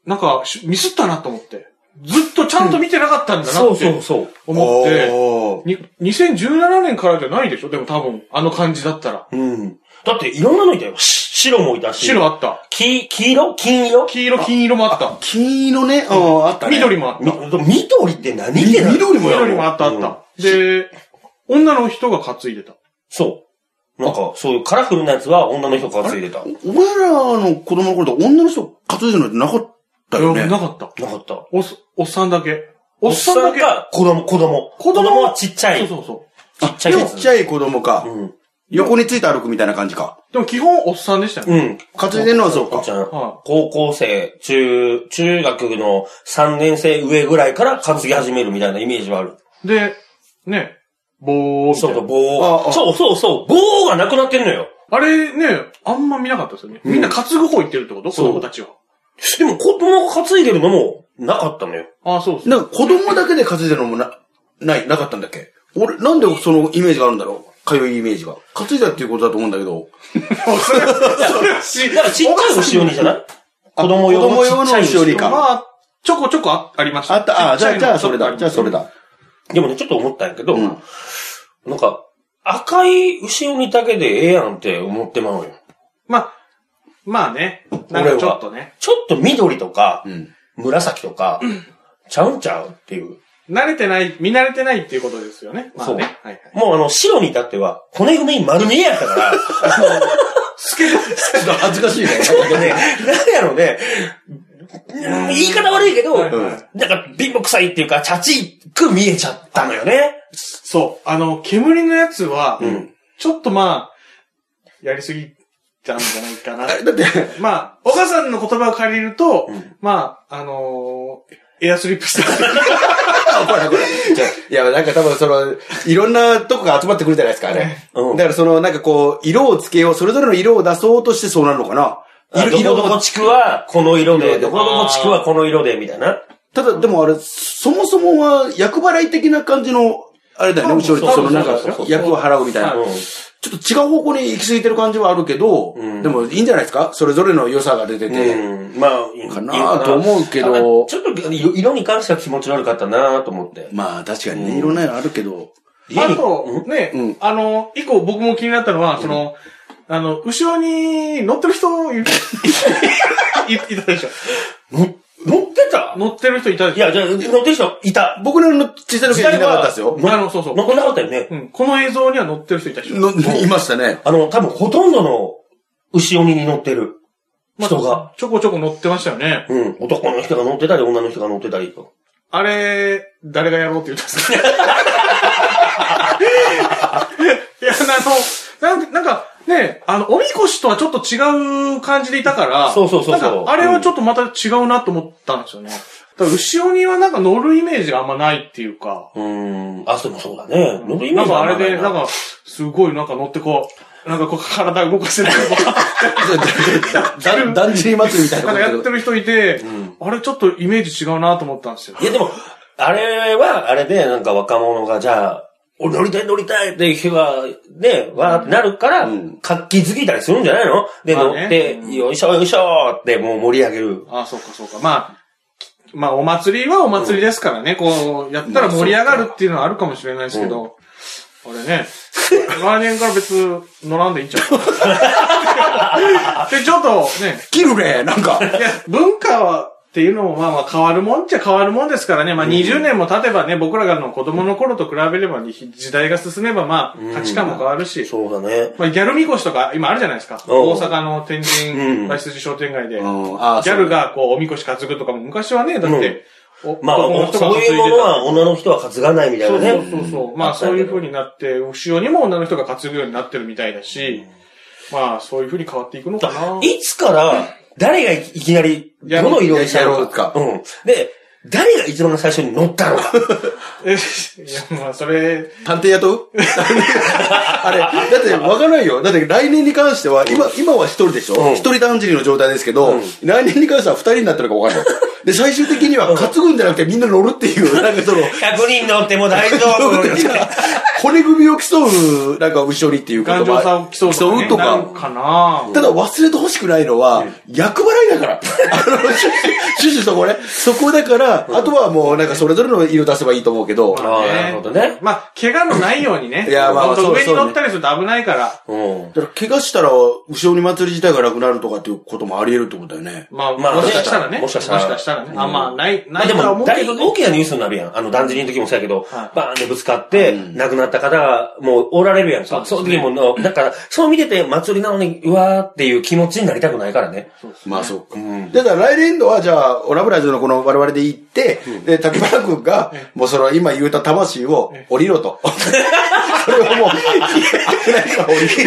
[SPEAKER 3] なんか、しミスったなと思って。ずっとちゃんと見てなかったんだ
[SPEAKER 1] そ
[SPEAKER 3] な
[SPEAKER 1] う
[SPEAKER 3] っ
[SPEAKER 1] そう
[SPEAKER 3] て
[SPEAKER 1] そう。
[SPEAKER 3] 思って。
[SPEAKER 2] おー
[SPEAKER 3] に2017年からじゃないでしょでも多分、あの感じだったら。
[SPEAKER 1] うん。だっていろんなのいたよ。し白もいたし。
[SPEAKER 3] 白。あった。
[SPEAKER 1] 黄、黄色金色
[SPEAKER 3] 黄色、金色もあった。
[SPEAKER 2] 金色ね、うん、あったね。
[SPEAKER 3] 緑もあっ
[SPEAKER 1] み
[SPEAKER 3] た。
[SPEAKER 1] 緑って何ってなる
[SPEAKER 2] 緑もやろ
[SPEAKER 3] 緑もあった、あった。で、女の人が担いでた。
[SPEAKER 1] そう。なんか、そういうカラフルなやつは女の人がついてた。な
[SPEAKER 2] お前らの子供の頃って女の人担いでるのってなかったよ
[SPEAKER 3] いや
[SPEAKER 2] ね。
[SPEAKER 3] なかった。
[SPEAKER 1] かった。
[SPEAKER 3] おっ、おっさんだけ。おっさんだけ。
[SPEAKER 1] が子供、子供。
[SPEAKER 3] 子供は
[SPEAKER 1] はちっちゃい。
[SPEAKER 3] そうそうそ
[SPEAKER 1] ちっちゃい
[SPEAKER 2] ち
[SPEAKER 1] や
[SPEAKER 2] っ
[SPEAKER 1] つ。
[SPEAKER 2] ちゃい子供か。
[SPEAKER 1] うん。
[SPEAKER 2] 横について歩くみたいな感じか。
[SPEAKER 3] う。でも基本おっさんでしたよね。
[SPEAKER 1] うん。
[SPEAKER 2] 担いでるのはそう
[SPEAKER 1] お
[SPEAKER 2] か
[SPEAKER 1] っち。ゃん。
[SPEAKER 3] は
[SPEAKER 1] 高校生、中、中学の3年生上ぐらいから担ぎ始めるみたいなイメージはある。
[SPEAKER 3] い。で、ね、棒みた
[SPEAKER 1] そ
[SPEAKER 3] いう
[SPEAKER 1] そう、
[SPEAKER 3] な。
[SPEAKER 2] あ
[SPEAKER 1] 棒。
[SPEAKER 2] あ
[SPEAKER 1] そうそうそう、棒がなくなってんのよ。
[SPEAKER 3] あれね、あんま見なかったですよね。みんな担ぐ方行ってるってこと子
[SPEAKER 1] そう
[SPEAKER 3] 供たちは。
[SPEAKER 1] でも子供が担いでるのもなかったのよ。
[SPEAKER 3] ああ、そうです。
[SPEAKER 2] なんか子供だけで担いでるのもな、ない、なかったんだっけ俺、なんでそのイメージがあるんだろう通いイメージが。担いだっていうことだと思うんだけど。
[SPEAKER 1] だからちっちゃい牛鬼じゃない子供用の
[SPEAKER 2] 子供
[SPEAKER 1] ち
[SPEAKER 2] 用
[SPEAKER 1] っ
[SPEAKER 2] の
[SPEAKER 1] ちゃい牛
[SPEAKER 2] 牛
[SPEAKER 1] 鬼
[SPEAKER 2] 鬼。か
[SPEAKER 3] まあ、ちょこちょこあありました。
[SPEAKER 2] あった、あ、じゃあ、じゃあそれだ。じゃあそれ
[SPEAKER 3] だ。
[SPEAKER 2] だ。
[SPEAKER 1] でもね、ちょっと思ったんやけど、
[SPEAKER 2] うん
[SPEAKER 1] なんか、赤い牛鬼だけでええやんって思ってまうよ。
[SPEAKER 3] まあ、まあね。なん
[SPEAKER 1] 俺
[SPEAKER 3] か
[SPEAKER 1] は
[SPEAKER 3] ちょっとね。
[SPEAKER 1] ちょっと緑とか、
[SPEAKER 2] うん。
[SPEAKER 1] 紫とか、ちゃうんちゃうっていう。
[SPEAKER 3] 慣れてない、見慣れてないっていうことですよね。まあね。はいはい。
[SPEAKER 1] もうあの、白に至っては、骨組み丸見えやったから、
[SPEAKER 3] ス
[SPEAKER 2] [LAUGHS]
[SPEAKER 3] ケ
[SPEAKER 2] ちょっと恥ずかしいね。
[SPEAKER 1] ね、なんやろうね、うん言い方悪いけど、
[SPEAKER 3] はい
[SPEAKER 2] はい
[SPEAKER 1] なんか貧乏臭いっていうか、チャチく見えちゃったのよね。
[SPEAKER 3] そう。あの、煙のやつは、
[SPEAKER 1] ん
[SPEAKER 3] ちょっとまあ、やりすぎたんじゃないかな
[SPEAKER 2] あ。れだって、
[SPEAKER 3] [LAUGHS] まあ、岡さんの言葉を借りると、
[SPEAKER 1] うん
[SPEAKER 3] まあ、あのーエアスリップした。
[SPEAKER 2] [LAUGHS] あほらほら。じゃあいや、なんか多分その、いろんなとこが集まってくるじゃないですか、あれ。
[SPEAKER 1] うん
[SPEAKER 2] だからその、なんかこう、色をつけよう、それぞれの色を出そうとしてそうなるのかな。
[SPEAKER 1] あどこ
[SPEAKER 2] 色
[SPEAKER 1] どこ地区はこの色
[SPEAKER 2] 色
[SPEAKER 1] で、
[SPEAKER 2] で
[SPEAKER 1] どこどこ地区はこの色で、みたいな。
[SPEAKER 2] ただ、でもあれ、そもそもは、役払い的な感じの、あれだよね、後ろに、
[SPEAKER 1] そう
[SPEAKER 2] そのなんか
[SPEAKER 1] そうそう、
[SPEAKER 2] 役を払うみたいな
[SPEAKER 3] は。
[SPEAKER 2] ちょっと違う方向に行き過ぎてる感じはあるけど、
[SPEAKER 1] うん
[SPEAKER 2] でもいいんじゃないですかそれぞれの良さが出てて。
[SPEAKER 1] うん、まあ、いい
[SPEAKER 2] かなと思うけど
[SPEAKER 1] ただちょっと色色に関しては気持ち悪かったなと思って。
[SPEAKER 2] まあ、確かにね、いろんなのあるけど。
[SPEAKER 1] 家に
[SPEAKER 3] あと、ね、
[SPEAKER 2] うん
[SPEAKER 3] あの、以降僕も気になったのは、その、あの、後ろに乗ってる人い、いいたでしょ。
[SPEAKER 1] の乗ってた
[SPEAKER 3] 乗ってる人いたで
[SPEAKER 1] い
[SPEAKER 3] しょ。
[SPEAKER 1] や、じゃあ乗ってる人いた。
[SPEAKER 2] 僕らの小さい時は
[SPEAKER 1] 時
[SPEAKER 2] い
[SPEAKER 1] 代
[SPEAKER 2] な
[SPEAKER 1] は
[SPEAKER 2] かったですよ。
[SPEAKER 3] あの、そうそう。
[SPEAKER 1] 乗ってなかったよね。
[SPEAKER 3] うん、この映像には乗ってる人いたでしょ。
[SPEAKER 2] のいましたね。
[SPEAKER 1] あの、多分ほとんどの牛鬼に乗ってる
[SPEAKER 3] まあ
[SPEAKER 1] 人が。
[SPEAKER 3] ちょこちょこ乗ってましたよね。
[SPEAKER 1] うん、男の人が乗ってたり、女の人が乗ってたりと。
[SPEAKER 3] あれ、 [LAUGHS] 誰がやろうって言ったんですかいや、あの、なんなんか、ね、あの、おみこしとはちょっと違う感じでいたから、
[SPEAKER 1] そうそうそうそう
[SPEAKER 3] なんかあれはちょっとまた違うなと思ったんですよね。だから後ろにはなんか乗るイメージがあんまないっていうか、
[SPEAKER 1] うーん。あ、でもそうだね。乗るイメ
[SPEAKER 3] な
[SPEAKER 1] ー
[SPEAKER 3] ん
[SPEAKER 1] ジ
[SPEAKER 3] かあ
[SPEAKER 1] は
[SPEAKER 3] れで、
[SPEAKER 1] い
[SPEAKER 3] なんか、すごいなんか乗ってこう、なんかこう [LAUGHS] 体動かせない。
[SPEAKER 1] [LAUGHS]
[SPEAKER 2] だんじり祭りみたいな
[SPEAKER 3] な
[SPEAKER 2] んこ
[SPEAKER 3] かやっ
[SPEAKER 2] と
[SPEAKER 3] てる人いて、あれちょっとイメージ違うなと思ったんですよ。
[SPEAKER 1] いやでも、あれは、あれで、なんか若者が、じゃあ、俺乗りたい乗りたいっていう人が、ね、わーってなるから、活気づいたりするんじゃないので、
[SPEAKER 3] まあ
[SPEAKER 1] 乗っ
[SPEAKER 3] ね
[SPEAKER 1] て、よいしょよいしょってもう盛り上げる。
[SPEAKER 3] ああ、そうかそうか。まあ、まあお祭りはお祭りですからね、こう、やったら盛り上がるっていうのはあるかもしれないですけど、あれね、 [LAUGHS] 来年から別乗らんでいいんち [LAUGHS] ゃうで、ちょっとね、
[SPEAKER 2] 切るね、なんか。
[SPEAKER 3] いや、文化は、っていうのもまあまあ変わるもんっちゃ変わるもんですからね。まあ20年も経てばね、僕らがの子供の頃と比べれば、時代が進めばまあ価値観も変わるし、
[SPEAKER 1] そうだね。
[SPEAKER 3] まあ、ギャルみこしとか今あるじゃないですか。
[SPEAKER 1] おう
[SPEAKER 3] 大阪の天
[SPEAKER 1] うん
[SPEAKER 3] 神外出商店街で、
[SPEAKER 2] うんああ
[SPEAKER 3] ギャルがこう、おみこし担ぐとかも昔はね、だって、お
[SPEAKER 1] まあ、
[SPEAKER 3] 男の人が
[SPEAKER 1] そう
[SPEAKER 3] 担
[SPEAKER 1] いうものは女の人は担がないみたい
[SPEAKER 3] そ
[SPEAKER 1] な
[SPEAKER 3] う
[SPEAKER 1] ね。
[SPEAKER 3] そうそうそう。まあそういう風になって、後ろにも女の人が担ぐようになってるみたいだし、まあそういう風に変わって [LAUGHS] いくのかな。
[SPEAKER 1] いつから、誰がいきなり、どの色にした
[SPEAKER 2] やろ
[SPEAKER 1] の
[SPEAKER 2] う
[SPEAKER 1] か。
[SPEAKER 2] か
[SPEAKER 1] うん。で、誰が一番最初に乗ったの [LAUGHS] か。
[SPEAKER 3] えいや、まあそれ、
[SPEAKER 2] 探偵雇う [LAUGHS] あれ、だってわかんないよ。だって来年に関しては、今、今は一人でしょ
[SPEAKER 1] うん
[SPEAKER 2] 一人だんじりの状態ですけど、来年に関しては二人になってるかわかんない。で、最終的には担ぐんじゃなくてみんな乗るっていう、なんかその、
[SPEAKER 1] 100人乗っても大丈夫。
[SPEAKER 2] 骨組みを競う、なんか後ろにっていう言葉
[SPEAKER 3] 頑丈さを競うとか、ね。
[SPEAKER 2] 競うと
[SPEAKER 3] な
[SPEAKER 2] か
[SPEAKER 3] るかな。
[SPEAKER 2] ただ忘れてほしくないのは、役払いだから。あの、シュシュシュシュそこね。そこだから、あとはもうなんかそれぞれの色出せばいいと思うけど、
[SPEAKER 1] ああ、なるほどね。
[SPEAKER 3] まあ、怪我のないようにね。
[SPEAKER 2] いやまあ
[SPEAKER 3] ほんと
[SPEAKER 2] そう
[SPEAKER 3] 上に
[SPEAKER 2] そうね
[SPEAKER 3] 乗ったりすると危ないから。
[SPEAKER 1] うん。
[SPEAKER 2] だから怪我したら、後ろに祭り自体がなくなるとかっていうこともあり得るってことだよね。
[SPEAKER 3] まあ、
[SPEAKER 1] まあ
[SPEAKER 3] もしかしたらね。
[SPEAKER 1] もしかしたら
[SPEAKER 3] もしかしたらね。あ、まあ、ない、
[SPEAKER 1] ま
[SPEAKER 3] な
[SPEAKER 1] あ
[SPEAKER 3] い
[SPEAKER 1] で
[SPEAKER 3] とは思
[SPEAKER 1] も、
[SPEAKER 3] うけ
[SPEAKER 1] 大
[SPEAKER 3] どね。
[SPEAKER 1] 大きなニュースになるやん。あの、だんじりの時もそうやけど、
[SPEAKER 3] はい
[SPEAKER 1] バーンってぶつかって、亡くなった方がもうおられるやんか。その時もの、だから、そう見てて祭りなのに、うわーっていう気持ちになりたくないからね。
[SPEAKER 2] まあそうか。だから来年度はじゃあ、オラブライズのこの我々で行って、で、竹原くんが、もうその今言うた魂を降りろと。
[SPEAKER 1] [LAUGHS]
[SPEAKER 2] それをもう、危ないから降りろ。
[SPEAKER 1] 一人ずつ、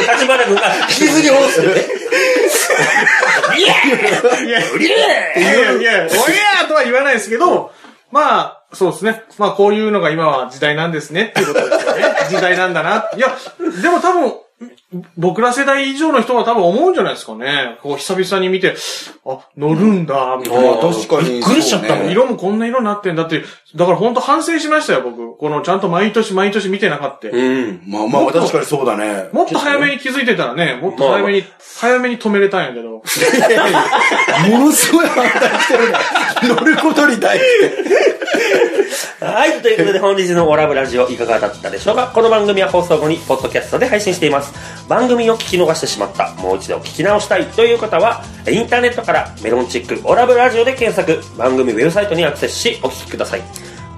[SPEAKER 1] 立花君が引きずり下ろすよね。 [LAUGHS] いやいや、うり
[SPEAKER 3] い
[SPEAKER 1] ゃ
[SPEAKER 3] やいや、おりゃーとは言わないですけど、まあ、そうですね。まあ、こういうのが今は時代なんですねっていうことですよね。時代なんだな。いや、でも多分、僕ら世代以上の人は多分思うんじゃないですかね。こう、久々に見て、あ、乗るんだ、みたいな。
[SPEAKER 2] まあ確かに。
[SPEAKER 1] びっくりしちゃったもん
[SPEAKER 2] そうね
[SPEAKER 3] 色もこんな色になってんだって、だから本当反省しましたよ、僕。この、ちゃんと毎年毎年見てなかった。
[SPEAKER 1] うん。
[SPEAKER 2] まあまあ確かにそうだね。
[SPEAKER 3] もっと早めに気づいてたらね、もっと早めに、早めに止めれたんやけど。
[SPEAKER 2] ものすごい反対してるね。乗ることに対して。
[SPEAKER 1] はい、ということで本日のオラブラジオいかがだったでしょうかこの番組は放送後にポッドキャストで配信しています。番組を聞き逃してしまった、もう一度聞き直したいという方は、インターネットからメロンチックオラブラジオで検索、番組ウェブサイトにアクセスしお聞きください。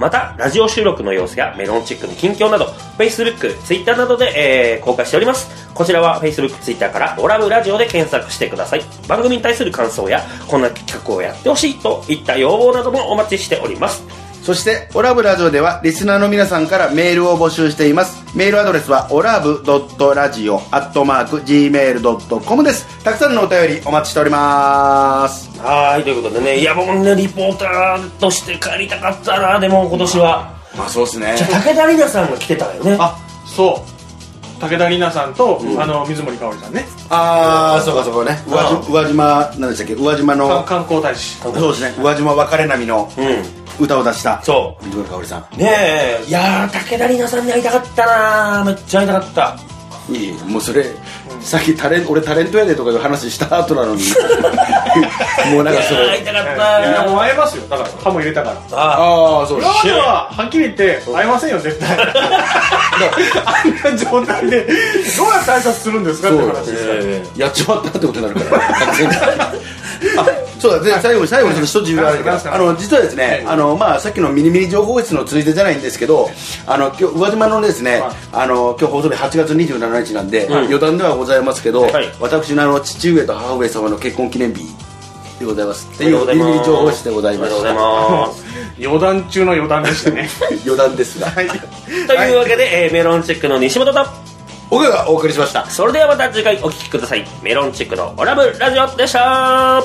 [SPEAKER 1] また、ラジオ収録の様子やメロンチックの近況など、Facebook、Twitter などで、えー公開しております。こちらは Facebook、Twitter からオラブラジオで検索してください。番組に対する感想や、こんな企画をやってほしいといった要望などもお待ちしております。
[SPEAKER 2] そして、オラブラジオでは、リスナーの皆さんからメールを募集しています。メールアドレスは、オラブドットラジオアットマーク Gmail.com です。たくさんのお便りお待ちしております。
[SPEAKER 1] はい、ということでね、いや、僕ね、リポーターとして帰りたかったな、でも今年は。
[SPEAKER 2] まあそうですね
[SPEAKER 1] じゃあ、武田里奈さんが来てたよね。
[SPEAKER 3] あ、そう。武田里奈さんと、あの、水森かおりさんね。
[SPEAKER 2] ああ、そうかそうかね。宇和島、宇和島、何でしたっけ宇和島
[SPEAKER 3] か
[SPEAKER 2] の、
[SPEAKER 3] 観光大使。
[SPEAKER 2] そうですね。宇和島別れ波の
[SPEAKER 1] うん。
[SPEAKER 2] 歌を出した、
[SPEAKER 1] そ
[SPEAKER 2] 水森かおりさん。
[SPEAKER 1] う。ねえ、いやー、武田里奈さんに会いたかったな、めっちゃ会いたかった。
[SPEAKER 2] いいもうそれ、さっきタレン俺タレントやでとかいう話した後なの [LAUGHS] にもうなんかそ
[SPEAKER 1] いやー会
[SPEAKER 2] れ
[SPEAKER 1] いたかっ
[SPEAKER 3] いや、
[SPEAKER 1] た
[SPEAKER 3] もう会えますよ。だから、歯も入れたから。
[SPEAKER 1] あ
[SPEAKER 2] ああそうで
[SPEAKER 3] 今
[SPEAKER 2] す
[SPEAKER 3] までは、はっきり言って、会えませんよ、絶対。 [LAUGHS] あんな状態で、どうやって挨拶するんですかって
[SPEAKER 2] そう
[SPEAKER 3] 話ですから。
[SPEAKER 1] え
[SPEAKER 2] やっちまったってことになるから完全に [LAUGHS] あそうだで最後に最後にその一つ言われるけ
[SPEAKER 3] なんすか
[SPEAKER 2] どあの実はですねあのまあさっきのミニミニ情報室のついでじゃないんですけどあの今日宇和島のですね
[SPEAKER 3] はい
[SPEAKER 2] あの今日放送日8月27日なんで
[SPEAKER 1] はい
[SPEAKER 2] 余談ではございますけど
[SPEAKER 1] はい
[SPEAKER 2] 私のあの父上と母上様の結婚記念日でございますっていうミニミニ情報室でございま
[SPEAKER 1] あり
[SPEAKER 2] し
[SPEAKER 1] がとうご
[SPEAKER 2] た
[SPEAKER 1] ざいます。
[SPEAKER 3] 余談中の余談でしたね。
[SPEAKER 2] 余談ですが
[SPEAKER 3] はい。
[SPEAKER 1] というわけで、えーメロンチェックの西本と、
[SPEAKER 3] 武
[SPEAKER 2] 岡がお送りしました。
[SPEAKER 1] それではまた次回お聴きください。メロンチックのオラブラジオでした